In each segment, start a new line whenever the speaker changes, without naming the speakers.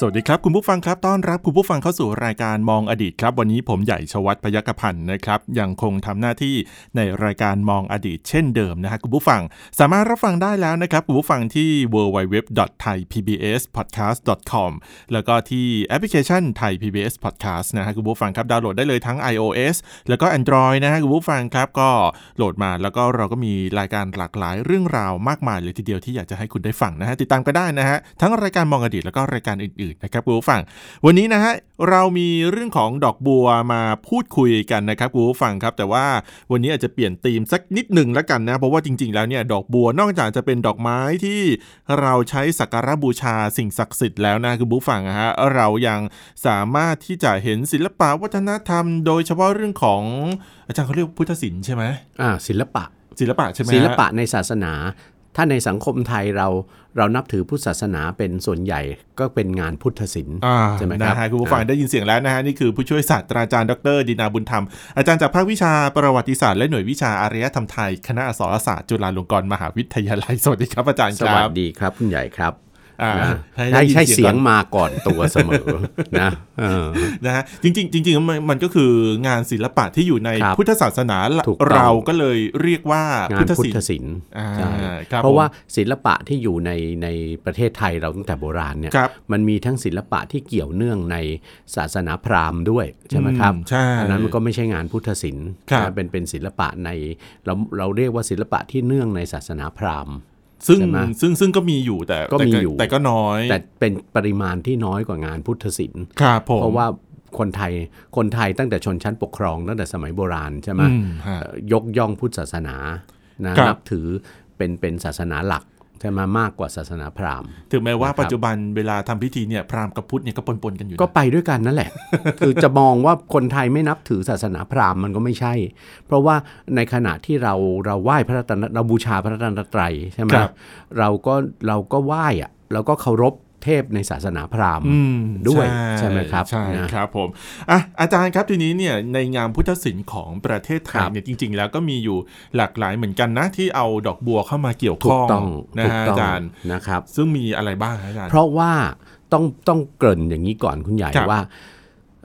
สวัสดีครับ คุณผู้ฟังครับต้อนรับคุณผู้ฟังเข้าสู่รายการมองอดีตครับ วันนี้ผมใหญ่ชวัฒน์พยัคฆพันธ์นะครับยังคงทำหน้าที่ในรายการมองอดีตเช่นเดิมนะฮะคุณผู้ฟัง สามารถรับฟังได้แล้วนะครับ คุณผู้ฟังที่ www.thaipbspodcast.com แล้วก็ที่แอปพลิเคชัน Thai PBS Podcast นะฮะคุณผู้ฟังครับดาวน์โหลดได้เลยทั้ง iOS แล้วก็ Android นะฮะคุณผู้ฟังครับก็โหลดมาแล้วก็เราก็มีรายการหลากหลายเรื่องราวมากมายเลยทีเดียวที่อยากจะให้คุณได้ฟังนะฮะติดตามก็ได้นะฮะทั้งรายการมองอดีตแล้วก็รายการอื่นๆนะครับคุณผู้ฟัง วันนี้นะฮะเรามีเรื่องของดอกบัวมาพูดคุยกันนะครับคุณผู้ฟังครับ แต่ว่าวันนี้อาจจะเปลี่ยนธีมสักนิดหนึ่งแล้วกันนะ เพราะว่าจริงๆแล้วเนี่ยดอกบัวนอกจากจะเป็นดอกไม้ที่เราใช้สักการะบูชาสิ่งศักดิ์สิทธิ์แล้วนะคุณผู้ฟังนะฮะเรายังสามารถที่จะเห็นศิลปะวัฒนธรรม โดยเฉพาะเรื่องของอาจารย์เขาเรียกพุทธศิลป์ใช่ไหม
อ่าศิลปะ
ศิลปะใช่ไหมฮ
ศิลปะในศาสนา ถ้าในสังคมไทยเราเรานับถือพุทธศาสนาเป็นส่วนใหญ่ก็เป็นงานพุทธศิลป์
อ่า
ใช่ไหมครับ
นะฮะคุณผู้ฟังได้ยินเสียงแล้วนะฮะนี่คือผู้ช่วยศาสตราจารย์ดรดินาบุญธรรม อาจารย์จากภาควิชาประวัติศาสตร์และหน่วยวิชาอารยธรรมไทย คณะอักษรศาสตร์จุฬาลงกรณ์มหาวิทยาลัยสวัสดีครับอาจารย์
ส
ค
วั
รั
ส
บ
ดีครับคุณใหญ่ครับ
อ่า
อ่า
ได้
ให้
ยิน
ใช่เสียง
ก่อน
มาก่อนตัวเสมอ นะเออ
นะฮะจริงๆจริงๆมันมันก็คืองานศิลปะที่อยู่ใน
ครับ
พุทธศาสนา
ถูกต้อง
เราก็เลยเรียกว่าง
า
พุ
น
ทธ
พุ
ศิ
ท
ล
ธ
ป์
ศิลป์
อ่า
ใช่
ครับ
เพราะว่า
ผม
ศิลปะที่อยู่ในในประเทศไทยเราตั้งแต่โบราณเนี่ย
ครับ
มันมีทั้งศิลปะที่เกี่ยวเนื่องในศาสนาพราหมณ์ด้วยใช่ไหมครับ
อืใช่
อันนั้นมันก็ไม่ใช่งานพุทธศิลป์
ครับ
นะเป็นเป็นศิลปะในเราเราเรียกว่าศิลปะที่เนื่องในศาสนาพราหมณ์
ซึ่ง
ใช่ไหม
ซึ่งซึ่งก็มีอยู่แต่
ก็มี
แต่
อยู่
แต่ก็น้อย
แต่เป็นปริมาณที่น้อยกว่างานพุทธศิลป์
ครับผม
เพราะว่าคนไทยคนไทยตั้งแต่ชนชั้นปกครองตั้งแต่สมัยโบราณใช่ไหม
อืมฮะ
เอ่อยกย่องพุทธศาสนานะครับ นับถือเป็นเป็นศาสนาหลักใช่ไหมมากกว่าศาสนาพราหมณ์
ถึงแม้ว่า
นะครับ
ปัจจุบันเวลาทำพิธีเนี่ยพราหมณ์กับพุทธเนี่ยก็ปนปนๆกันอยู่นะ
ก็ไปด้วยกัน นั่นแหละ คือจะมองว่าคนไทยไม่นับถือศาสนาพราหมณ์มันก็ไม่ใช่ เพราะว่าในขณะที่เราเราไหว้พระรัตนเราบูชาพระรัตนตรัยใช่ไหม
ครับ
เราก็เราก็ไหว้อะเราก็เคารพเทพในศาสนาพราหมณ์
อืม
ด้วยใช่ไหมครับ
ใช่
นะครับ
ผมอ่ะอาจารย์ครับทีนี้เนี่ยในงานพุทธศิลป์ของประเทศไท
ค
ย
รับ
เนี่ยจริง ๆ แล้วก็มีอยู่หลากหลายเหมือนกันนะที่เอาดอกบัวเข้ามาเกี่ยว
ถู
ข้
ก
อง
ต้อง
นะ
ถูก
ฮะ
ต้อง
อาจารย์
นะครับ
ซึ่งมีอะไรบ้างครับอาจารย์
เพราะว่าต้องต้องเกริ่นอย่างนี้ก่อนคุณใหญ่
ครับ
ว่า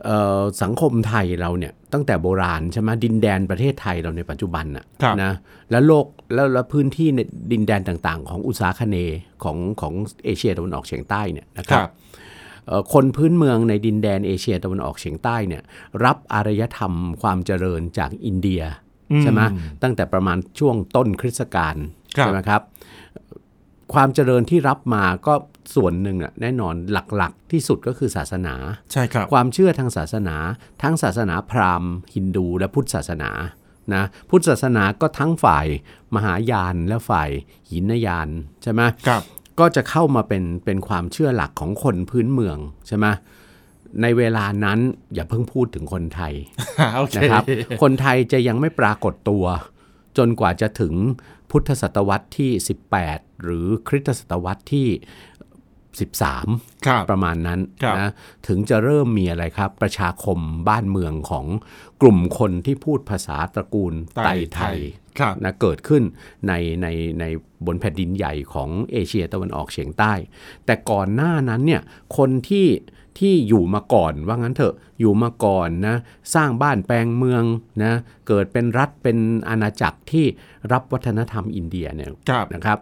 เอ่อสังคมไทยเราเนี่ยตั้งแต่โบราณใช่ไหมดินแดนประเทศไทยเราในปัจจุบันน่ะ
ครับ
นะแล้วโลกแล้วแล้วพื้นที่ในดินแดนต่างๆ ของอุตสาคเนย์ของของเอเชียตะวันออกเฉียงใต้เนี่ยนะค
ค
รั
รั
บบ เอ่อคนพื้นเมืองในดินแดนเอเชียตะวันออกเฉียงใต้เนี่ยรับอารยธรรมความเจริญจากอินเดีย
อืม
ใช่ไหมตั้งแต่ประมาณช่วงต้นคริสตกาล
ครับ
ใช่ไหมครับ ความเจริญที่รับมาก็ส่วนหนึ่งอะแน่นอนหลักๆที่สุดก็คือศาสนา
ใช่ครับ
ความเชื่อทางศาสนา ทั้งศาสนาพราหมณ์ ฮินดู และพุทธศาสนานะพุทธศาสนาก็ทั้งฝ่ายมหายานและฝ่ายหินยานใช่ไหม
ครับ
ก็จะเข้ามาเป็นเป็นความเชื่อหลักของคนพื้นเมืองใช่ไหมในเวลานั้นอย่าเพิ่งพูดถึงคนไทย
โอเค
นะครับ คนไทยจะยังไม่ปรากฏตัว จนกว่าจะถึงพุทธศตวรรษที่ 18 หรือคริสตศตวรรษที่ 13
ครับ
ประมาณนั้น
ครับ
นะถึงจะเริ่มมีอะไรครับ ประชาคมบ้านเมืองของกลุ่มคนที่พูดภาษาตระกูลไตไทย
ครับ
นะเกิดขึ้นในในในบนแผ่นดินใหญ่ของเอเชียตะวันออกเฉียงใต้ แต่ก่อนหน้านั้นเนี่ยคนที่ที่อยู่มาก่อนว่างั้นเถอะอยู่มาก่อนนะสร้างบ้านแปลงเมืองนะเกิดเป็นรัฐเป็นอาณาจักรที่รับวัฒนธรรมอินเดียเนี่ย
ครับ
นะครับ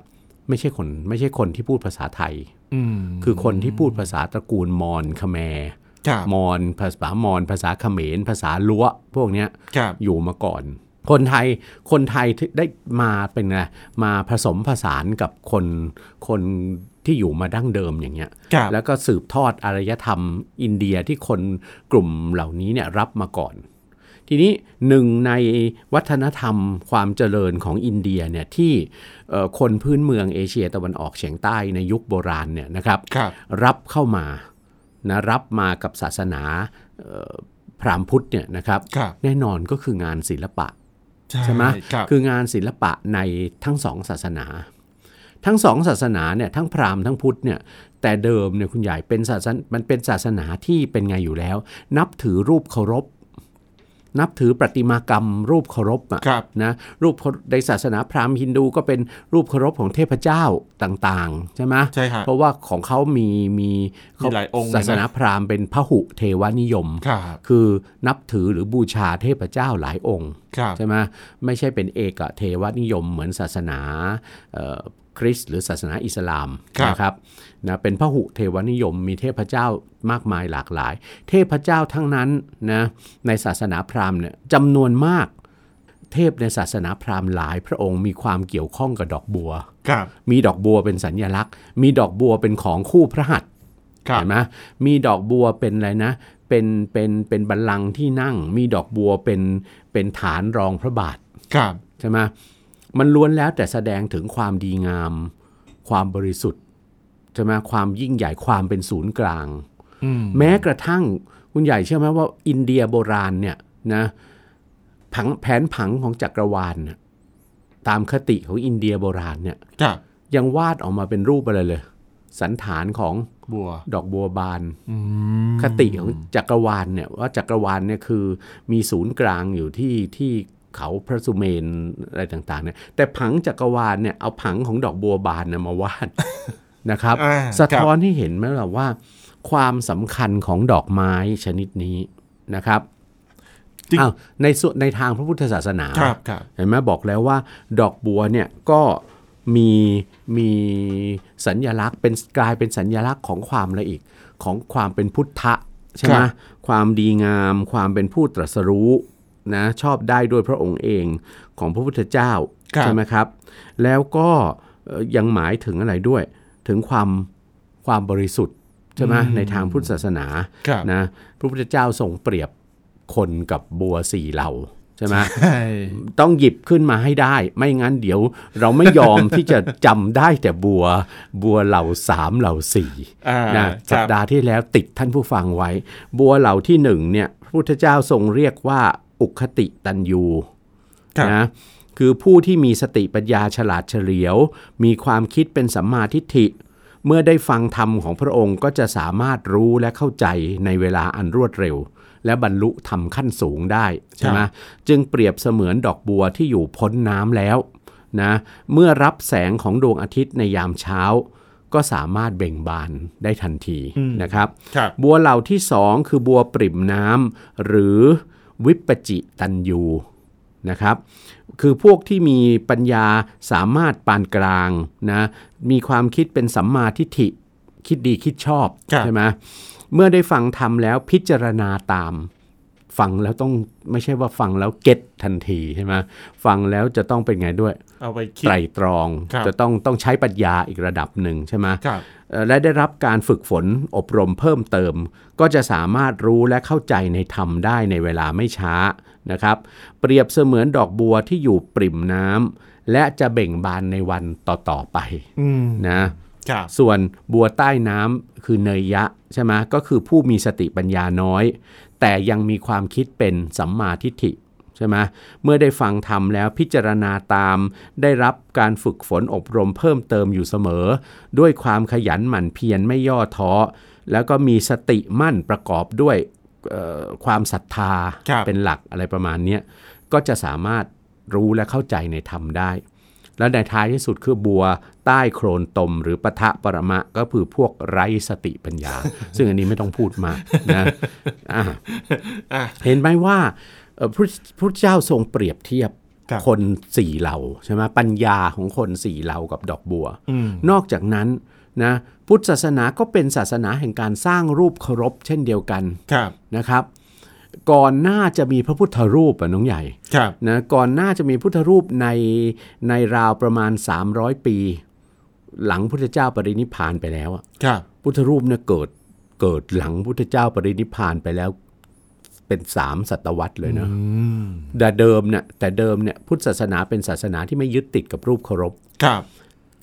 ไม่ใช่คนไม่ใช่คนที่พูดภาษาไทย
อืม
คือคนที่พูดภาษาตระกูลมอญคแมร
ครับ
มอญภาษามอญภาษาเขมร ภาษาล้วพวกเนี้ย
ครับ
อยู่มาก่อน คนไทยคนไทยที่ได้มาเป็นไงมาผสมผสานกับคนคนที่อยู่มาดั้งเดิมอย่างเงี้ย
ครับ
แล้วก็สืบทอดอารยธรรมอินเดียที่คนกลุ่มเหล่านี้เนี่ยรับมาก่อน ทีนี้หนึ่งในวัฒนธรรมความเจริญของอินเดียเนี่ยที่เอ่อคนพื้นเมืองเอเชียตะวันออกเฉียงใต้ในยุคโบราณเนี่ยนะครับ
ครับ
รับเข้ามานะรับมากับศาสนาเอ่อพราหมณ์พุทธเนี่ยนะครับ
ครับ
แน่นอนก็คืองานศิลปะ ใช่ไหม
ครับ
คืองานศิลปะในทั้งสองศาสนา ทั้งสองศาสนาเนี่ยทั้งพราหมณ์ทั้งพุทธเนี่ยแต่เดิมเนี่ยคุณใหญ่เป็นศาสนามันเป็นศาสนาที่เป็นไงอยู่แล้ว นับถือรูปเคารพ นับถือประติมากรรม รูปเคารพอะ
ครับ
นะรูปเคารในศาสนาพราหมณ์ฮินดูก็เป็นรูปเคารพของเทพเจ้าต่างๆ ใช่ไหม
ใช่ฮะ
เพราะว่าของเขามีมีเข
หลายองค์เลยนะ
ศาสนาพราหมณ์เป็นพหุเทวนิยม
ครับ
คือนับถือหรือบูชาเทพเจ้าหลายองค์
ครับ
ใช่ไหมไม่ใช่เป็นเอกเทวนิยมเหมือนศาสนาเอ่อคริสต์หรือศาสนาอิสลาม
ครับ
นะครับนะเป็นพหุเทวนิยมมีเทพเจ้ามากมายหลากหลาย เทพเจ้าทั้งนั้นนะในศาสนาพราหมณ์เนี่ยจำนวนมาก เทพในศาสนาพราหมณ์หลายพระองค์มีความเกี่ยวข้องกับดอกบัว
ครับ
มีดอกบัวเป็นสัญญลักษณ์ มีดอกบัวเป็นของคู่พระหัตถ์
ครับ
เห็นไหมมีดอกบัวเป็นอะไรนะ เป็น เป็น เป็นบัลลังก์ที่นั่ง มีดอกบัวเป็น เป็นฐานรองพระบาท
ครับ
ใช่ไหมมันล้วนแล้วแต่แสดงถึงความดีงาม ความบริสุทธิ์ใช่ไหมความยิ่งใหญ่ ความเป็นศูนย์กลาง
อืม
แม้กระทั่งคุณใหญ่เชื่อไหมว่าอินเดียโบราณเนี่ยนะผังแผนผังของจักรวาลน่ะตามคติของอินเดียโบราณเนี่ย
ครับ
ยังวาดออกมาเป็นรูปอะไรเลย สันฐานของ
บัว
ดอกบัวบาน
อืม
คติของจักรวาลเนี่ยว่าจักรวาลเนี่ยคือมีศูนย์กลางอยู่ที่ที่เขาพระสุเมนอะไรต่างๆเนี่ยแต่ผังจักรวาลเนี่ยเอาผังของดอกบัวบานนะมาวาด นะครับ
อ่า
สะท้อนให้เห็นไหมล่ะว่า ความสำคัญของดอกไม้ชนิดนี้นะครับ
จริง
อ้าวในส่วนในทางพระพุทธศาสนา
ครับครับ
เห็นไหมบอกแล้วว่าดอกบัวเนี่ยก็มีมีสัญญลักษณ์เป็นกลายเป็นสัญญลักษณ์ของความละอีกของความเป็นพุทธะใช่ไหม
ครับ
ความดีงาม ความเป็นผู้ตรัสรู้นะชอบได้ด้วยพระองค์เองของพระพุทธเจ้าใช่ไหมครับ แล้วก็เอ่อยังหมายถึงอะไรด้วย ถึงความความบริสุทธิ์ใช่ไหมในทางพุทธศาสนา
ครับ
นะพระพุทธเจ้าทรงเปรียบคนกับบัวสี่เหล่าใช่ไหม
ใช่
ต้องหยิบขึ้นมาให้ได้ ไม่งั้นเดี๋ยวเราไม่ยอม ที่จะจำได้แต่บัวบัวเหล่าสามเหล่าสี่
อ่า
นะครับ สัปดาห์ที่แล้วติดท่านผู้ฟังไว้ บัวเหล่าที่หนึ่งเนี่ยพระพุทธเจ้าทรงเรียกว่าอุคติตันยู
ครับ
นะคือผู้ที่มีสติปัญญาฉลาดเฉลียว มีความคิดเป็นสัมมาทิฏฐิ เมื่อได้ฟังธรรมของพระองค์ก็จะสามารถรู้และเข้าใจในเวลาอันรวดเร็ว และบรรลุธรรมขั้นสูงได้ใช่ไหมจึงเปรียบเสมือนดอกบัวที่อยู่พ้นน้ำแล้วนะเมื่อรับแสงของดวงอาทิตย์ในยามเช้า ก็สามารถเบ่งบานได้ทันทีนะครับ
ครับ
บัวเหล่าที่สองคือบัวปริ่มน้ำหรือวิปปจิตันยูนะครับ คือพวกที่มีปัญญาสามารถปานกลางนะมีความคิดเป็นสัมมาทิฏฐิคิดดีคิดชอบ
ครับ
ใช่ไหมเมื่อได้ฟังทำแล้วพิจารณาตาม ฟังแล้วต้องไม่ใช่ว่าฟังแล้วเก็ตทันทีใช่ไหมฟังแล้วจะต้องเป็นไงด้วย
เอาไปคิด
ไตรตรอง
ครับ
จะต้องต้องใช้ปัญญาอีกระดับหนึ่งใช่ไหม
ครับ
เอ่อและได้รับการฝึกฝนอบรมเพิ่มเติม ก็จะสามารถรู้และเข้าใจในธรรมได้ในเวลาไม่ช้านะครับ เปรียบเสมือนดอกบัวที่อยู่ปริ่มน้ำและจะเบ่งบานในวันต่อ ๆ ไป
อืม
นะครับ ส่วนบัวใต้น้ำคือเนยยะใช่ไหมก็คือผู้มีสติปัญญาน้อย แต่ยังมีความคิดเป็นสัมมาทิฏฐิใช่ไหมเมื่อได้ฟังธรรมแล้วพิจารณาตาม ได้รับการฝึกฝนอบรมเพิ่มเติมอยู่เสมอ ด้วยความขยันหมั่นเพียรไม่ย่อท้อ แล้วก็มีสติมั่นประกอบด้วยเอ่อความศรัทธา
ครับ
เป็นหลักอะไรประมาณเนี้ยก็จะสามารถรู้และเข้าใจในธรรมได้ และในท้ายที่สุดคือบัวใต้โครนตม หรือปะทะปรมะก็คือพวกไร้สติปัญญา ซึ่งอันนี้ไม่ต้องพูดมากนะอ่ะ
อ่ะ
เห็นไหมว่าเอ่อพระพระเจ้าทรงเปรียบเทียบ
ครับ
คนสี่เหล่าใช่ไหมปัญญาของคนสี่เหล่ากับดอกบัว
อืม
นอกจากนั้นนะพุทธศาสนาก็เป็นศาสนาแห่งการสร้างรูปเคารพเช่นเดียวกัน
ครับ
นะครับ ก่อนหน้าจะมีพระพุทธรูปอะน้องใหญ่
ครับ
นะก่อนหน้าจะมีพุทธรูปในในราวประมาณ 300 ปี หลังพุทธเจ้าปรินิพพานไปแล้วอะ
ครับ
พุทธรูปเนี่ยเกิดเกิดหลังพุทธเจ้าปรินิพพานไปแล้วเป็นสามศตวรรษเลยนะ
อืม
แต่เดิมเนี่ยแต่เดิมเนี่ยพุทธศาสนาเป็นศาสนาที่ไม่ยึดติดกับรูปเคารพ
ครับ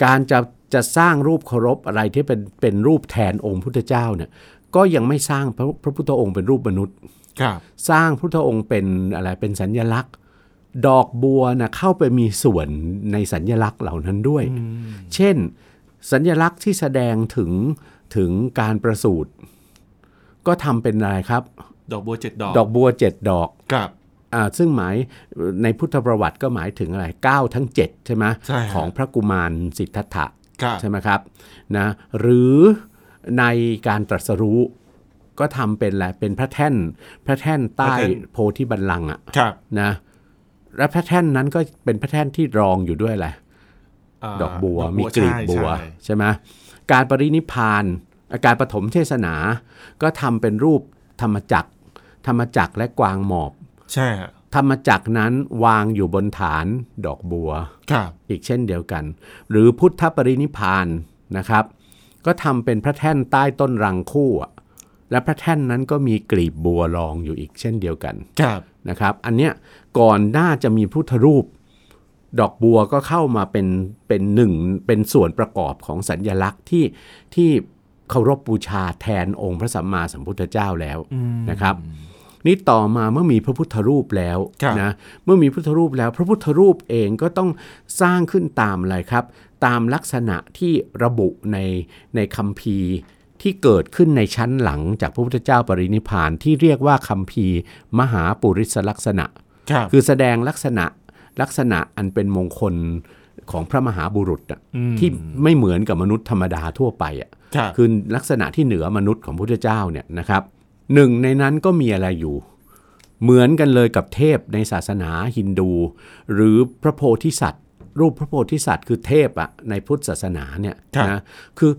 การจะจะสร้างรูปเคารพอะไรที่เป็นเป็นรูปแทนองค์พุทธเจ้าเนี่ยก็ยังไม่สร้างพระพระพุทธองค์เป็นรูปมนุษย์
ครับ
สร้างพุทธองค์เป็นอะไรเป็นสัญลักษณ์ ดอกบัวนะเข้าไปมีส่วนในสัญญลักษณ์เหล่านั้นด้วย เช่น สัญญลักษณ์ที่แสดงถึงถึงการประสูติก็ทำเป็นอะไรครับ
ดอกบัวเจ็ดดอก
ดอกบัวเจ็ดดอก
ครับ
อ่าซึ่งหมายในพุทธประวัติก็หมายถึงอะไร 9 ทั้ง 7 ใช่ไหม
ใช่ฮะ
ของพระกุมารสิทธัตถะ
ครับ
ใช่ไหมครับนะหรือในการตรัสรู้ก็ทำเป็นอะไรเป็นพระแท่นพระแท่นใต้โพธิบัลลังก์อะ
ครับ
นะและพระแท่นนั้นก็เป็นพระแท่นที่รองอยู่ด้วยแหละ
า
ไรดอกบัวมีกลีบบัว
ใช่ใช่
ใช่ไหมการปรินิพพานอาการปฐมเทศนา ก็ทำเป็นรูปธรรมจักร ธรรมจักรและกวางหมอบ
ใช่ฮะ
ธรรมจักรนั้นวางอยู่บนฐานดอกบัว
ครับ
อีกเช่นเดียวกัน หรือพุทธปรินิพพานนะครับ ก็ทำเป็นพระแท่นใต้ต้นรังคู่อะและพระแท่นนั้นก็มีกลีบบัวรองอยู่อีกเช่นเดียวกัน
ครับ
นะครับ อันเนี้ยก่อนหน้าจะมีพุทธรูป ดอกบัวก็เข้ามาเป็นเป็นหนึ่งเป็นส่วนประกอบของสัญญลักษณ์ที่ที่เคารพบูชาแทนองค์พระสัมมาสัมพุทธเจ้าแล้วนะครับ นี่ต่อมาเมื่อมีพระพุทธรูปแล้วนะเมื่อมีพุทธรูปแล้ว พระพุทธรูปเองก็ต้องสร้างขึ้นตามอะไรครับ ตามลักษณะที่ระบุในในคัมภีร์ที่เกิดขึ้นในชั้นหลังจากพระพุทธเจ้าปรินิพพานที่เรียกว่าคัมภีร์ มหาปุริสลักษณะ
ครับ
คือแสดงลักษณะลักษณะอันเป็นมงคลของพระมหาบุรุษอะที่ไม่เหมือนกับมนุษย์ธรรมดาทั่วไปอ่ะ
ครับ
คือลักษณะที่เหนือมนุษย์ของพุทธเจ้าเนี่ยนะครับหนึ่งในนั้นก็มีอะไรอยู่ เหมือนกันเลยกับเทพในศาสนาฮินดู หรือพระโพธิสัตว์ รูปพระโพธิสัตว์คือเทพอะในพุทธศาสนาเนี่ย
ครับ
นะคือ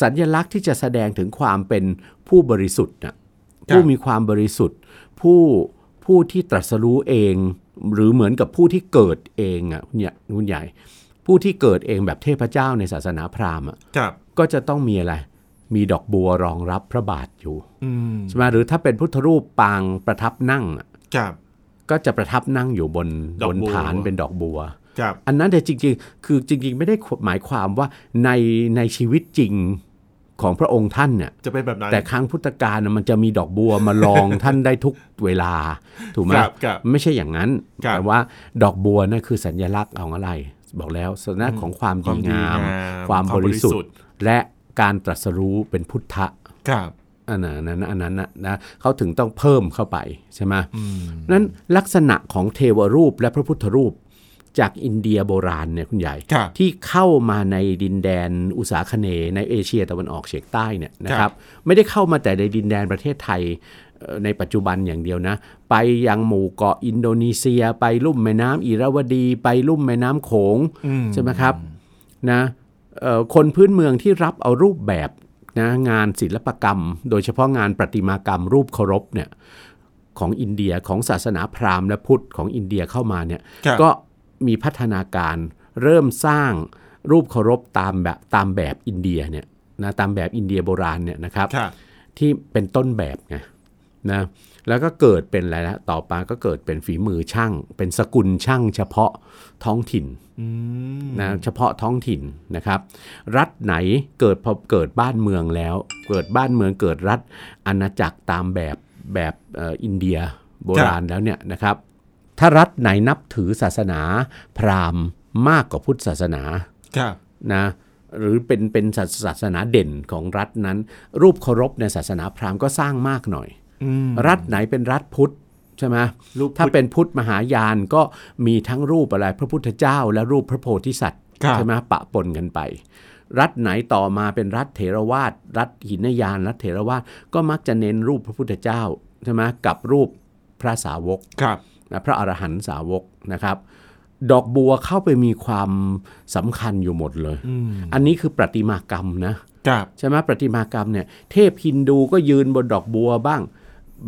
สัญญลักษณ์ที่จะแสดงถึงความเป็นผู้บริสุทธิ์นะผู้มีความบริสุทธิ์ ผู้ผู้ที่ตรัสรู้เอง หรือเหมือนกับผู้ที่เกิดเองอะคุณใหญ่คุณใหญ่ ผู้ที่เกิดเองแบบเทพเจ้าในศาสนาพราหมณ์อะ
ครับ
ก็จะต้องมีอะไร มีดอกบัวรองรับพระบาทอยู่
อืม
ใช่ไหมหรือถ้าเป็นพุทธรูปปางประทับนั่งอะ
ครับ
ก็จะประทับนั่งอยู่บน
ดอบ ก
น
บัว
ฐานเป็นดอกบัว
ครับ
อันนั้นแต่จริงๆ คือจริง ๆ ไม่ได้หมายความว่าในในชีวิตจริงของพระองค์ท่านเนี่ย
จะเป็นแบบนั้น
แต่ครั้งพุทธกาลน่ะมันจะมีดอกบัวมาล อง ท่านได้ทุกเวลา ถูกไหม
ครับครับ
ไม่ใช่อย่างนั้น
ครับ
แต่ว่าดอกบัวนั่นคือสัญลักษณ์ของอะไร บอกแล้วสัญลักษณ์ของความ
ค
ดี
วามดี
งาม
งาม
ความ
ความ
บบ
ริ
ริ
สุ
สุ
ท
ท
ธิ์
ธิ์ และการตรัสรู้เป็นพุทธะ
ครับ
อันนั้นนะอันนั้นนะนะเขาถึงต้องเพิ่มเข้าไปใช่ไหม
อืม
นั้นลักษณะของเทวรูปและพระพุทธรูป จากอินเดียโบราณเนี่ยคุณใหญ่
ครับ
ที่เข้ามาในดินแดนอุตสาคเนย์ในเอเชียตะวันออกเฉียงใต้เนี่ยนะค
ครั
รับ บไม่ได้เข้ามาแต่ในดินแดนประเทศไทยเอ่อในปัจจุบันอย่างเดียวนะ ไปยังหมู่เกาะอินโดนีเซีย ไปลุ่มแม่น้ำอิระวดี ไปลุ่มแม่น้ำโขง
อืม
ใช่ไหมครับนะเอ่อคนพื้นเมืองที่รับเอารูปแบบนะงานศิลปกรรม โดยเฉพาะงานประติมากรรมรูปเคารพเนี่ยของอินเดียของศาสนาพราหมณ์และพุทธของอินเดียเข้ามาเนี่ย
ครับ
ก็มีพัฒนาการเริ่มสร้างรูปเคารพตามแบบตามแบบอินเดียเนี่ยนะตามแบบอินเดียโบราณเนี่ยนะครับ
ครับ
ที่เป็นต้นแบบไงนะแล้วก็เกิดเป็นอะไรนะต่อมาก็เกิดเป็นฝีมือช่าง เป็นสกุลช่างเฉพาะท้องถิ่น
อืม
นะเฉพาะท้องถิ่นนะครับ รัฐไหนเกิดพอเกิดบ้านเมืองแล้ว เกิดบ้านเมืองเกิดรัฐอาณาจักรตามแบบแบบเอ่ออินเดียโบราณแล้วเนี่ยนะครับ ถ้ารัฐไหนนับถือศาสนาพราหมณ์มากกว่าพุทธศาสนา
ครับ
นะหรือเป็นเป็นศาสศาสนาเด่นของรัฐนั้น รูปเคารพในศาสนาพราหมณ์ก็สร้างมากหน่อย
อืม
รัฐไหนเป็นรัฐพุทธใช่ไหม
รูปพุทธ
ถ้าเป็นพุทธมหายานก็มีทั้งรูปอะไรพระพุทธเจ้าและรูปพระโพธิสัตว์
ครับ
ใช่ไหมปะปนกันไป รัฐไหนต่อมาเป็นรัฐเถรวาทรัฐหินยานรัฐเถรวาทก็มักจะเน้นรูปพระพุทธเจ้าใช่ไหมกับรูปพระสาวก
ครับ
นะพระอรหันตสาวกนะครับ ดอกบัวเข้าไปมีความสำคัญอยู่หมดเลย
อืม
อันนี้คือประติมากรรมนะครับ ใช่ไหมประติมากรรมเนี่ยเทพฮินดูก็ยืนบนดอกบัวบ้าง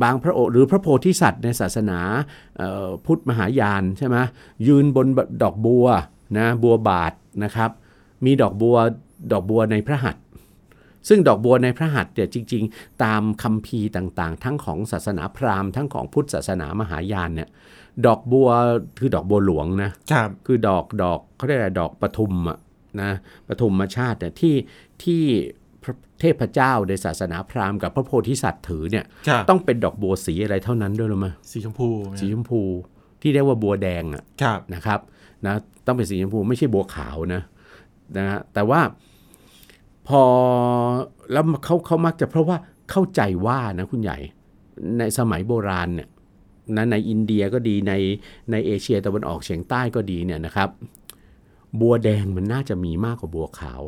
บางพระโอษฐ์หรือพระโพธิสัตว์ในศาสนาเอ่อพุทธมหายานใช่ไหมยืนบนดอกบัวนะบัวบาทนะครับ มีดอกบัวดอกบัวในพระหัตถ์ซึ่งดอกบัวในพระหัตถ์เนี่ยจริง ๆ ตามคัมภีร์ต่างๆ ทั้งของศาสนาพราหมณ์ทั้งของพุทธศาสนามหายานเนี่ย ดอกบัวคือดอกบัวหลวงนะ
ครับ
คือดอกดอกเขาเรียกอะไรดอกปทุมอะนะปทุมชาติเนี่ยที่ที่พระเทพเจ้าในศาสนาพราหมณ์กับพระโพธิสัตว์ถือเนี่ย
ครับ
ต้องเป็นดอกบัวสีอะไรเท่านั้นด้วยหรือมั้ย
สีชมพู
สีชมพู ที่เรียกว่าบัวแดงอะ
ครับ
นะครับนะต้องเป็นสีชมพูไม่ใช่บัวขาวนะนะฮะแต่ว่าพอแล้วเขาเขามักจะเพราะว่าเข้าใจว่านะคุณใหญ่ในสมัยโบราณเนี่ยนะในอินเดียก็ดีในในเอเชียตะวันออกเฉียงใต้ก็ดีเนี่ยนะครับ บัวแดงมันน่าจะมีมากกว่าบัวขาว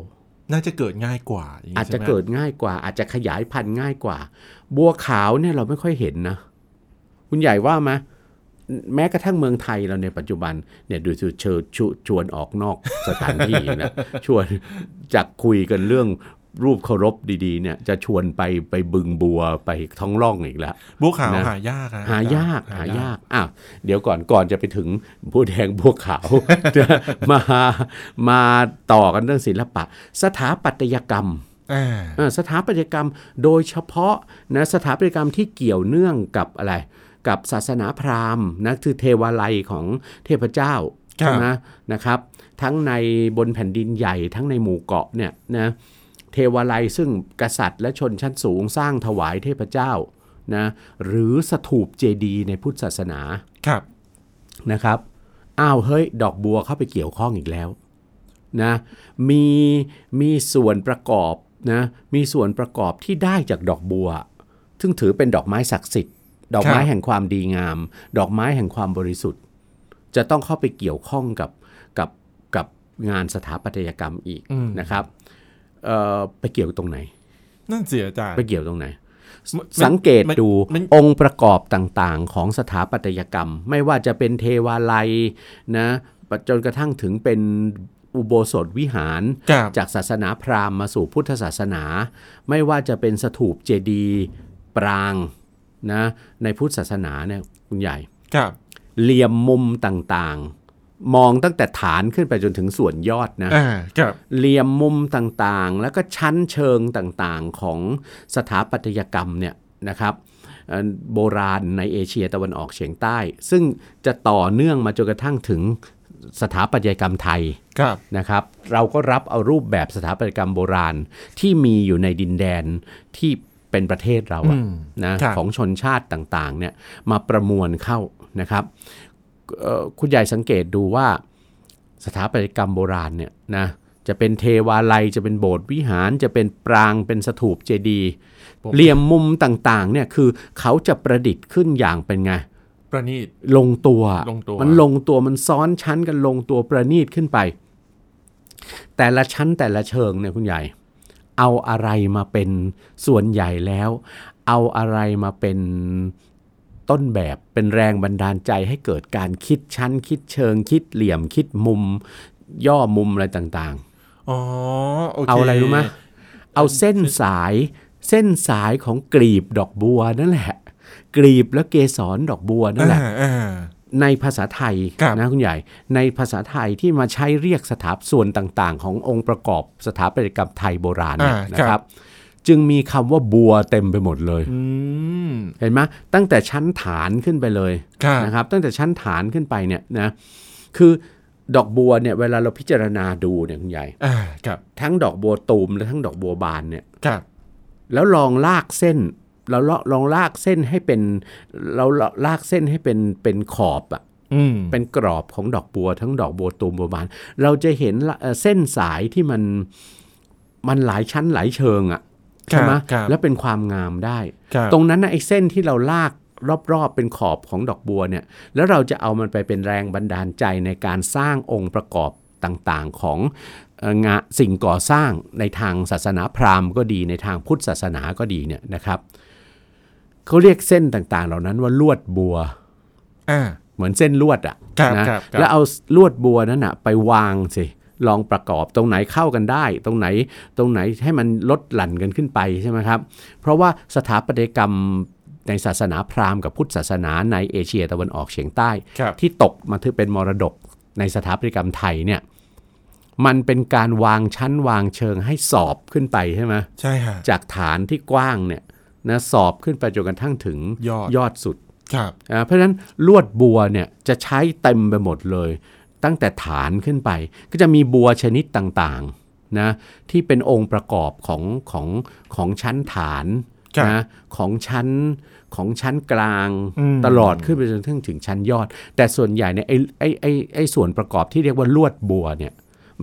น่าจะเกิดง่ายกว่าย่งนี้
อาจจะ
ใช่ไหม
เกิดง่ายกว่า อาจจะขยายพันธุ์ง่ายกว่า บัวขาวเนี่ยเราไม่ค่อยเห็นนะ คุณใหญ่ว่าไหมแม้กระทั่งเมืองไทยเราในปัจจุบันเนี่ยดูสิเชิญชวชวนออกนอกสถานที่นะ ชวนจากคุยกันเรื่องรูปเคารพดีๆเนี่ยจะชวนไปไปบึงบัวไปท้องร่องอีกแล้ว
บัวขาว
นะ
หายากนะ
หายาก
อจร
หายากอ่ะเดี๋ยวก่อนก่อนจะไปถึงบัวแดงบัวขาว จะมามาต่อกันเรื่องศิลปะ สถาปัตยกรรม
อ่า
เอ่อสถาปัตยกรรมโดยเฉพาะนะสถาปัตยกรรมที่เกี่ยวเนื่องกับอะไรกับศาสนาพราหมณ์นะคือเทวาลัยของเทพเจ้าใช่ไหมนะครับ ทั้งในบนแผ่นดินใหญ่ทั้งในหมู่เกาะเนี่ยนะเทวาลัยซึ่งกษัตริย์และชนชั้นสูงสร้างถวายเทพเจ้านะหรือสถูปเจดีย์ในพุทธศาสนา
ครับ
นะครับอ้าวเฮ้ย ดอกบัวเข้าไปเกี่ยวข้องอีกแล้วนะมีมีส่วนประกอบนะมีส่วนประกอบที่ได้จากดอกบัว ซึ่งถือเป็นดอกไม้ศักดิ์สิทธิ์ ดอกไม้แห่งความดีงาม ดอกไม้แห่งความบริสุทธิ์ จะต้องเข้าไปเกี่ยวข้องกับกับกับงานสถาปัตยกรรมอีก
อืม
นะครับเอ่อไปเกี่ยวตรงไหน
นั่นเสียอาจารย์
ไปเกี่ยวตรงไหน
มัน
สังเกต
มัน
ดู
มัน
องค์ประกอบต่างๆ ของสถาปัตยกรรม ไม่ว่าจะเป็นเทวาลัยนะจนกระทั่งถึงเป็นอุโบสถวิหาร
ครับ
จากศาสนาพราหมณ์มาสู่พุทธศาสนา ไม่ว่าจะเป็นสถูปเจดีย์ปรางนะในพุทธศาสนาเนี่ยคุณใหญ่
ครับ
เหลี่ยมมุมต่างๆ มองตั้งแต่ฐานขึ้นไปจนถึงส่วนยอดนะ
อ่าครับ
เหลี่ยมมุมต่างๆ แล้วก็ชั้นเชิงต่างๆของสถาปัตยกรรมเนี่ยนะครับเอ่อโบราณในเอเชียตะวันออกเฉียงใต้ ซึ่งจะต่อเนื่องมาจนกระทั่งถึงสถาปัตยกรรมไทย
ครับ
นะครับ เราก็รับเอารูปแบบสถาปัตยกรรมโบราณที่มีอยู่ในดินแดนที่เป็นประเทศเรา
อื
อะ
ม
นะครับ ของชนชาติต่างๆเนี่ยมาประมวลเข้านะครับเอ่อคุณยายสังเกตดูว่าสถาปัตยกรรมโบราณเนี่ยนะจะเป็นเทวาลัยจะเป็นโบสถ์วิหารจะเป็นปรางเป็นสถูปเจดีย์
ผม
เหลี่ยมมุมต่างๆเนี่ยคือเขาจะประดิษฐ์ขึ้นอย่างเป็นไง
ประณีต
ลงตัว
ลงตัว
มันลงตัวมันซ้อนชั้นกันลงตัวประณีตขึ้นไป แต่ละชั้นแต่ละเชิงเนี่ยคุณใหญ่ เอาอะไรมาเป็นส่วนใหญ่แล้ว เอาอะไรมาเป็นต้นแบบเป็นแรงบันดาลใจให้เกิดการคิดชั้น คิดเชิง คิดเหลี่ยมคิดมุม ย่อมุมอะไรต่าง
อ๋อโอเค
ๆ เอาอะไรรู้ไหมเอาเส้นสาย เส้นสายของกลีบดอกบัวนั่นแหละ กลีบและเกสรดอกบัวนั่นแหละ
อ่าอ่า
ในภาษาไทย
ครับ
นะคุณใหญ่ในภาษาไทยที่มาใช้เรียกสถาส่วนต่างๆ ขององค์ประกอบสถาปัตยกรรมไทยโบราณเนี่ยนะครับ จึงมีคำว่าบัวเต็มไปหมดเลย
อืม
เห็นไหมตั้งแต่ชั้นฐานขึ้นไปเลย
ครับ
นะครับตั้งแต่ชั้นฐานขึ้นไปเนี่ยนะคือดอกบัวเนี่ยเวลาเราพิจารณาดูเนี่ยคุณใหญ่
อ่าครับ
ทั้งดอกบัวตูมและทั้งดอกบัวบานเนี่ย
ครับ
แล้วลองลากเส้นเราลองลองลากเส้นให้เป็นเราลากเส้นให้เป็นเป็นขอบอะ
อืม
เป็นกรอบของดอกบัวทั้งดอกบัวตูมบัวบาน เราจะเห็นละเอ่อเส้นสายที่มันมันหลายชั้นหลายเชิงอะใช่ไหม
ครับ
แล้วเป็นความงามได้
ครับ
ตรงนั้นนะไอ้เส้นที่เราลากรอบๆเป็นขอบของดอกบัวเนี่ยแล้วเราจะเอามันไปเป็นแรงบันดาลใจในการสร้างองค์ประกอบต่างๆของเอ่องานสิ่งก่อสร้างในทางศาสนาพราหมณ์ก็ดีในทางพุทธศาสนาก็ดีเนี่ยนะครับเขาเรียกเส้นต่างๆ เหล่านั้นว่าลวดบัว
อ่า
เหมือนเส้นลวดอะ
ครับ
นะครับ
ครับ
แล้วเอาลวดบัวนั้นอะไปวางสิลองประกอบตรงไหนเข้ากันได้ ตรงไหนตรงไหนให้มันลดหลั่นกันขึ้นไปใช่ไหมครับ เพราะว่าสถาปัตยกรรมในศาสนาพราหมณ์กับพุทธศาสนาในเอเชียตะวันออกเฉียงใต้
ครับ
ที่ตกมาถือเป็นมรดกในสถาปัตยกรรมไทยเนี่ยมันเป็นการวางชั้นวางเชิงให้สอบขึ้นไปใช่ไหม
ใช่ฮะ
จากฐานที่กว้างเนี่ยนะสอบขึ้นไปจนกระทั่งถึง
ยอด
ยอดสุด
ครับ
อ่าเพราะฉะนั้นลวดบัวเนี่ยจะใช้เต็มไปหมดเลย ตั้งแต่ฐานขึ้นไป ก็จะมีบัวชนิดต่างๆนะที่เป็นองค์ประกอบของของของชั้นฐาน
ครับ
นะของชั้นของชั้นกลาง
อืม
ตลอดขึ้นไปจนถึงถึงชั้นยอด แต่ส่วนใหญ่เนี่ยไอ้ไอ้ไอ้ไอ้ส่วนประกอบที่เรียกว่าลวดบัวเนี่ย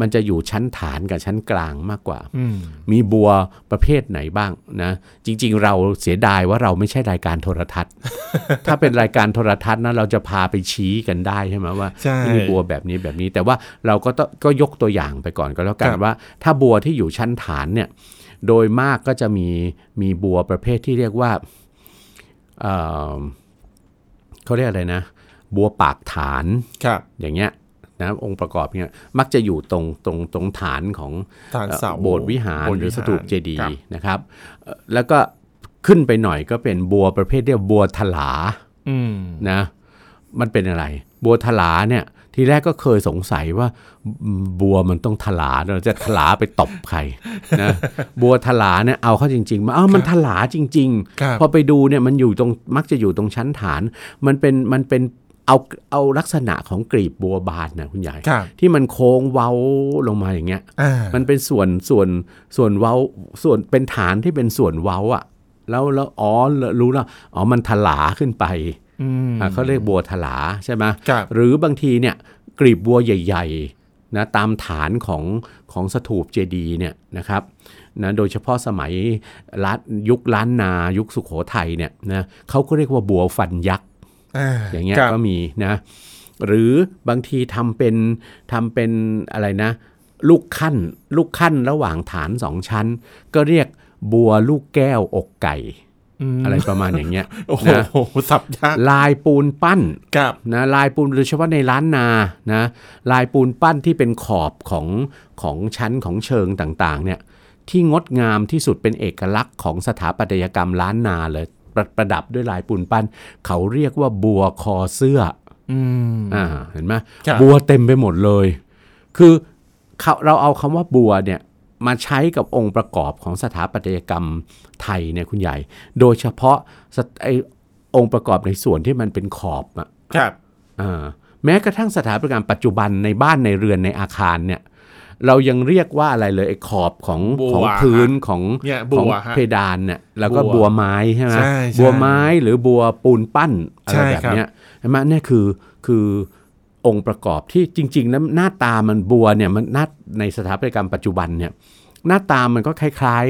มันจะอยู่ชั้นฐานกับชั้นกลางมากกว่า
อืม
มีบัวประเภทไหนบ้างนะจริง ๆ เราเสียดายว่าเราไม่ใช่รายการโทรทัศน์ ถ้าเป็นรายการโทรทัศน์นะเราจะพาไปชี้กันได้ใช่ไหมว่า
ใช่
มีบัวแบบนี้แบบนี้ แต่ว่าเราก็ต้องก็ยกตัวอย่างไปก่อนก็แล้วกั
คน รับ
ว่า ถ้าบัวที่อยู่ชั้นฐานเนี่ยโดยมากก็จะมีมีบัวประเภทที่เรียกว่าเอ่อเขาเรียกอะไรนะ บัวปากฐาน
ครับ
อย่างเงี้ยนะองค์ประกอบเนี่ยมักจะอยู่ตรงตรงตรงฐานของ
ฐานเสา
เอ่อโบสถ์วิหาร
โบสถ์
หรือสถูปเจดี
ครับ
ย์นะครับเอ่อแล้วก็ขึ้นไปหน่อยก็เป็นบัวประเภทเรียกบัวถลา
อืม
นะมันเป็นอะไร บัวถลาเนี่ยทีแรกก็เคยสงสัยว่าอืมบัวมันต้องถลาเราจะถลาไปตบใคร นะ บัวถลาเนี่ยเอาเข้าจริง ๆ มาเอามันถลาจริง
ครับ
ๆ พอไปดูเนี่ยมันอยู่ตรงมักจะอยู่ตรงชั้นฐาน มันเป็นมันเป็นเอาเอาลักษณะของกลีบบัวบานนะคุณใหญ่
ครับ
ที่มันโค้งเว้าลงมาอย่างเงี้ย
อ่ามั
มันเป็นส่วนส่วนส่วนเว้าส่วนเป็นฐานที่เป็นส่วนเว้าอะแล้วแล้วอ๋อรู้แล้วอ๋อมันถลาขึ้นไป
อืม
อ่ะเขาเรียกบัวถลาใช่ไหม
ครับ
หรือบางทีเนี่ยกลีบบัวใหญ่ๆนะตามฐานของของสถูปเจดีย์เนี่ยนะครับนะโดยเฉพาะสมัยรัฐยุคล้านนายุคสุโขทัยเนี่ยนะเขาก็เรียกว่าบัวฟันยักษ
อ่า
อย่างเงี้ย
ครับ
ก็มีนะหรือบางทีทำเป็นทำเป็นอะไรนะ ลูกขั้นลูกขั้นระหว่างฐานสองชั้น ก็เรียกบัวลูกแก้วอกไก่
ม
อะไรประมาณ อย่างเงี้ย
โอ้โห
นะ
สับยาก
ลายปูนปั้น
ครับ
นะลายปูนโดยเฉพาะในร้านนานะลายปูนปั้นที่เป็นขอบของของชั้นของเชิงต่างๆเนี่ยที่งดงามที่สุดเป็นเอกลักษณ์ของสถาปัตยกรรมล้านนาเลยประประดับด้วยลายปูนปั้น เขาเรียกว่าบัวคอเสื้อ
อืม
อ่าเห็นไหม
ครับ
บัวเต็มไปหมดเลย คือเขาเราเอาคำว่าบัวเนี่ยมาใช้กับองค์ประกอบของสถาปัตยกรรมไทยเนี่ยคุณใหญ่ โดยเฉพาะสถไอองค์ประกอบในส่วนที่มันเป็นขอบอะ
ครับ
อ่าแม้กระทั่งสถาปัตยกรรมปัจจุบันในบ้านในเรือนในอาคารเนี่ยเรายังเรียกว่าอะไรเลยไอ้ขอบของ
บัว
ของพื้นของ
เนี่ยบัว
ของ
ฮะ
เพดานเนี่ยแล้วก็
บั
บั
ว
วไม้ใช่ไหม
ใช่ใช่
บัวไม้หรือบัวปูนปั้นอะ
ใช่
ไรแบบ
ครับ
เนี้ย ใช่ไหมเนี่ยคือคือองค์ประกอบที่จริง ๆ แล้วหน้าตามันบัวเนี่ยมันหน้าในสถาปัตยกรรมปัจจุบันเนี่ยหน้าตามันก็คล้าย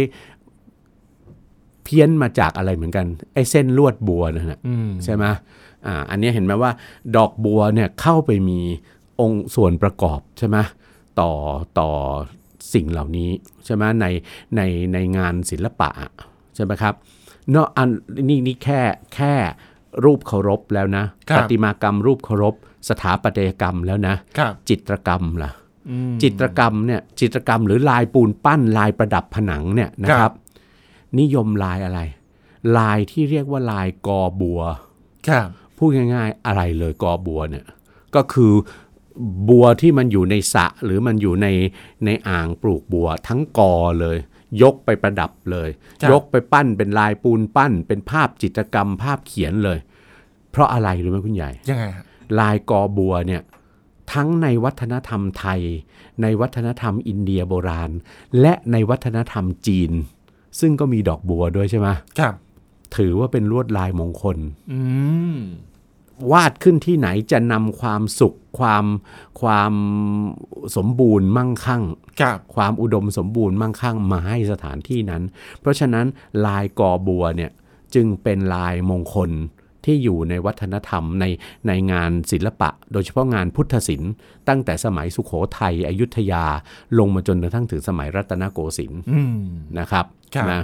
ๆ เพี้ยนมาจากอะไรเหมือนกันไอ้เส้นลวดบัวนั่นแหละ
อืม
ใช่ไหมอ่าอันเนี้ยเห็นไหมว่า ดอกบัวเนี่ยเข้าไปมีองค์ส่วนประกอบใช่ไหมต่อต่อสิ่งเหล่านี้ใช่ไหมในในในงานศิลปะใช่ไหมครับเนาะอันนี่นี่แค่แค่รูปเคารพแล้วนะครับ ประติมากรรมรูปเคารพ สถาปัตยกรรมแล้วนะ
ครับ
จิตรกรรมล่ะ
อืม
จิตรกรรมเนี่ยจิตรกรรมหรือลายปูนปั้นลายประดับผนังเนี่ยนะ
ค
ค
รั
รับ บ นิยมลายอะไร ลายที่เรียกว่าลายกอบัว
ครับ
พูดง่ายๆ อะไรเลยกอบัวเนี่ยก็คือบัวที่มันอยู่ในสระหรือมันอยู่ในในอ่างปลูกบัว ทั้งกอเลย ยกไปประดับเลย ยกไปปั้นเป็นลายปูนปั้น เป็นภาพจิตรกรรมภาพเขียนเลย เพราะอะไรรู้ไหมคุณใหญ่
ยังไงฮะ
ลายกอบัวเนี่ยทั้งในวัฒนธรรมไทย ในวัฒนธรรมอินเดียโบราณ และในวัฒนธรรมจีน ซึ่งก็มีดอกบัวด้วยใช่ไหม
ครับ
ถือว่าเป็นลวดลายมงคล
อืม
วาดขึ้นที่ไหนจะนำความสุขความความสมบูรณ์มั่งคั่ง
ครับ
ความอุดมสมบูรณ์มั่งคั่งมาให้สถานที่นั้น เพราะฉะนั้นลายกอบัวเนี่ยจึงเป็นลายมงคลที่อยู่ในวัฒนธรรมในในงานศิลปะ โดยเฉพาะงานพุทธศิลป์ตั้งแต่สมัยสุโขทัยอยุธยาลงมาจนกระทั่งถึงสมัยรัตนโกสินทร์
อืม
นะครับ
ครับ
นะ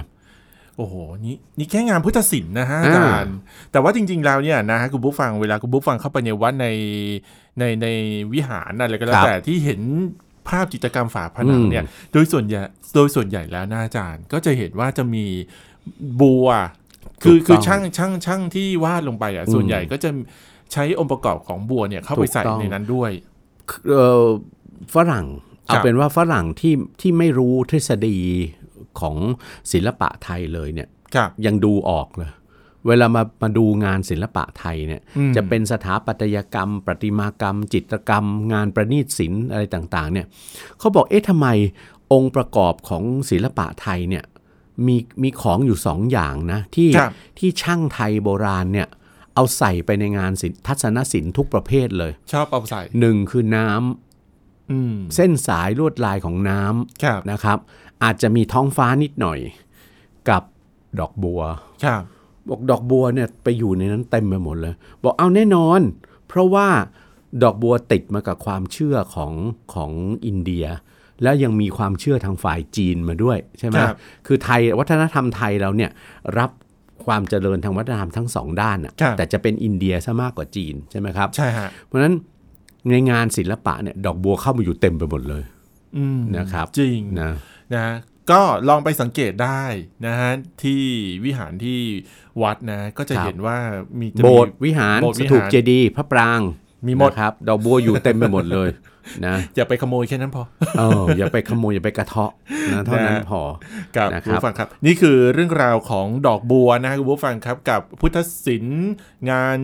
โอ้โห นี่นี่แค่งานพุทธศิลป์นะฮะอา
อ่า
จารย์ แต่ว่าจริง ๆ แล้วเนี่ยนะฮะคุณผู้ฟังเวลาคุณผู้ฟังเข้าไปในวัดในในในวิหารอะไรก็แล้
ควรับ
แต่ที่เห็นภาพจิตรกรรมฝาผนัง
อืม
เนี่ย โดยส่วนใหญ่โดยส่วนใหญ่แล้วนะอาจารย์ ก็จะเห็นว่าจะมีบัว คือ
ถูก
คือ
ต้อง
ช่างช่างช่างที่วาดลงไปอ่ะ ส่วน
อืม
ใหญ่ก็จะใช้องค์ประกอบของบัวเนี่ยเข้า
ถู
ไป
ก
ใส่
ต้อง
ในนั้นด้วย
เอ่อฝรั่ง
ครั
เอา
บ
เป็นว่าฝรั่งที่ที่ไม่รู้ทฤษฎีของศิลปะไทยเลยเนี่ย
ครับ
ยังดูออกเลย เวลามามาดูงานศิลปะไทยเนี่ย
อืม
จะเป็นสถาปัตยกรรม ประติมากรรม จิตรกรรม งานประณีตศิลป์อะไรต่างๆ เนี่ยเขาบอกเอ๊ะทำไมองค์ประกอบของศิลปะไทยเนี่ย มีมีของอยู่สองอย่างนะที่
ครับ
ที่ช่างไทยโบราณเนี่ยเอาใส่ไปในงานศิลป์ทัศนศิลป์ทุกประเภทเลย
ชอบเอาใส่
หนึ่งคือน้ำ
อืม
เส้นสายลวดลายของน้
ครับ
ำนะครับ อาจจะมีท้องฟ้านิดหน่อยกับดอกบัว
ครับ
บอกดอกบัวเนี่ยไปอยู่ในนั้นเต็มไปหมดเลย บอกเอาแน่นอน เพราะว่าดอกบัวติดมากับความเชื่อของของอินเดีย แล้วยังมีความเชื่อทางฝ่ายจีนมาด้วยใช่ไหม
ครับ
คือไทยวัฒนธรรมไทยเราเนี่ยรับความเจริญทางวัฒนธรรมทั้งสองด้านน่ะแต่จะเป็นอินเดียซะมากกว่าจีนใช่ไหมครับ
ใช่ฮะ
เพราะฉะนั้นในงานศิลปะเนี่ยดอกบัวเข้ามาอยู่เต็มไปหมดเลย
อืม
นะครับ
จริง
นะ
นะฮะก็ลองไปสังเกตได้นะฮะที่วิหารที่วัดนะก็จะเห็นว่ามีจะมี
โบสถ์วิหาร
โบสถ์วิ
ส
หาร
ถูปเจดีย์พระปราง
มีหมด
นะครับดอกบัวอยู่เต็มไปหมดเลย นะ
อย่าไปขโมยแค่นั้นพอ
เอออย่าไปขโมยอย่าไปกระเทาะนะเท่านั้น
นะ
พอ
ครับ
นะครั
คุณ
บ
ผู้ฟังครับ นี่คือเรื่องราวของดอกบัวนะฮะคุณผู้ฟังครับกับพุทธศิลป์งาน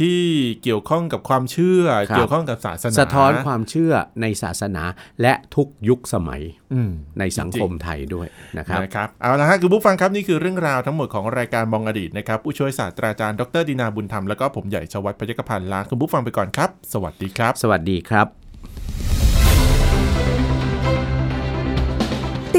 ที่เกี่ยวข้องกับความเชื่อเกี่ยวข้องกับศาสนา
สะท้อนความเชื่อในศาสนาและทุกยุคสมัย
อืม
ในสัง
จริ
ค
ง
มไทยด้วยนะครับ
นะครับเอาละฮะคุณผู้ฟังครับนี่คือเรื่องราวทั้งหมดของรายการมองอดีตนะครับผู้ช่วยศาสตราจารย์ดรดินาบุญธรรมแล้วก็ผมใหญ่ชวัฒน์พยัคฆพันธ์ลาคุณผู้ฟังไปก่อนครับ สวัสดีครับ
สวัสดีครับ
ต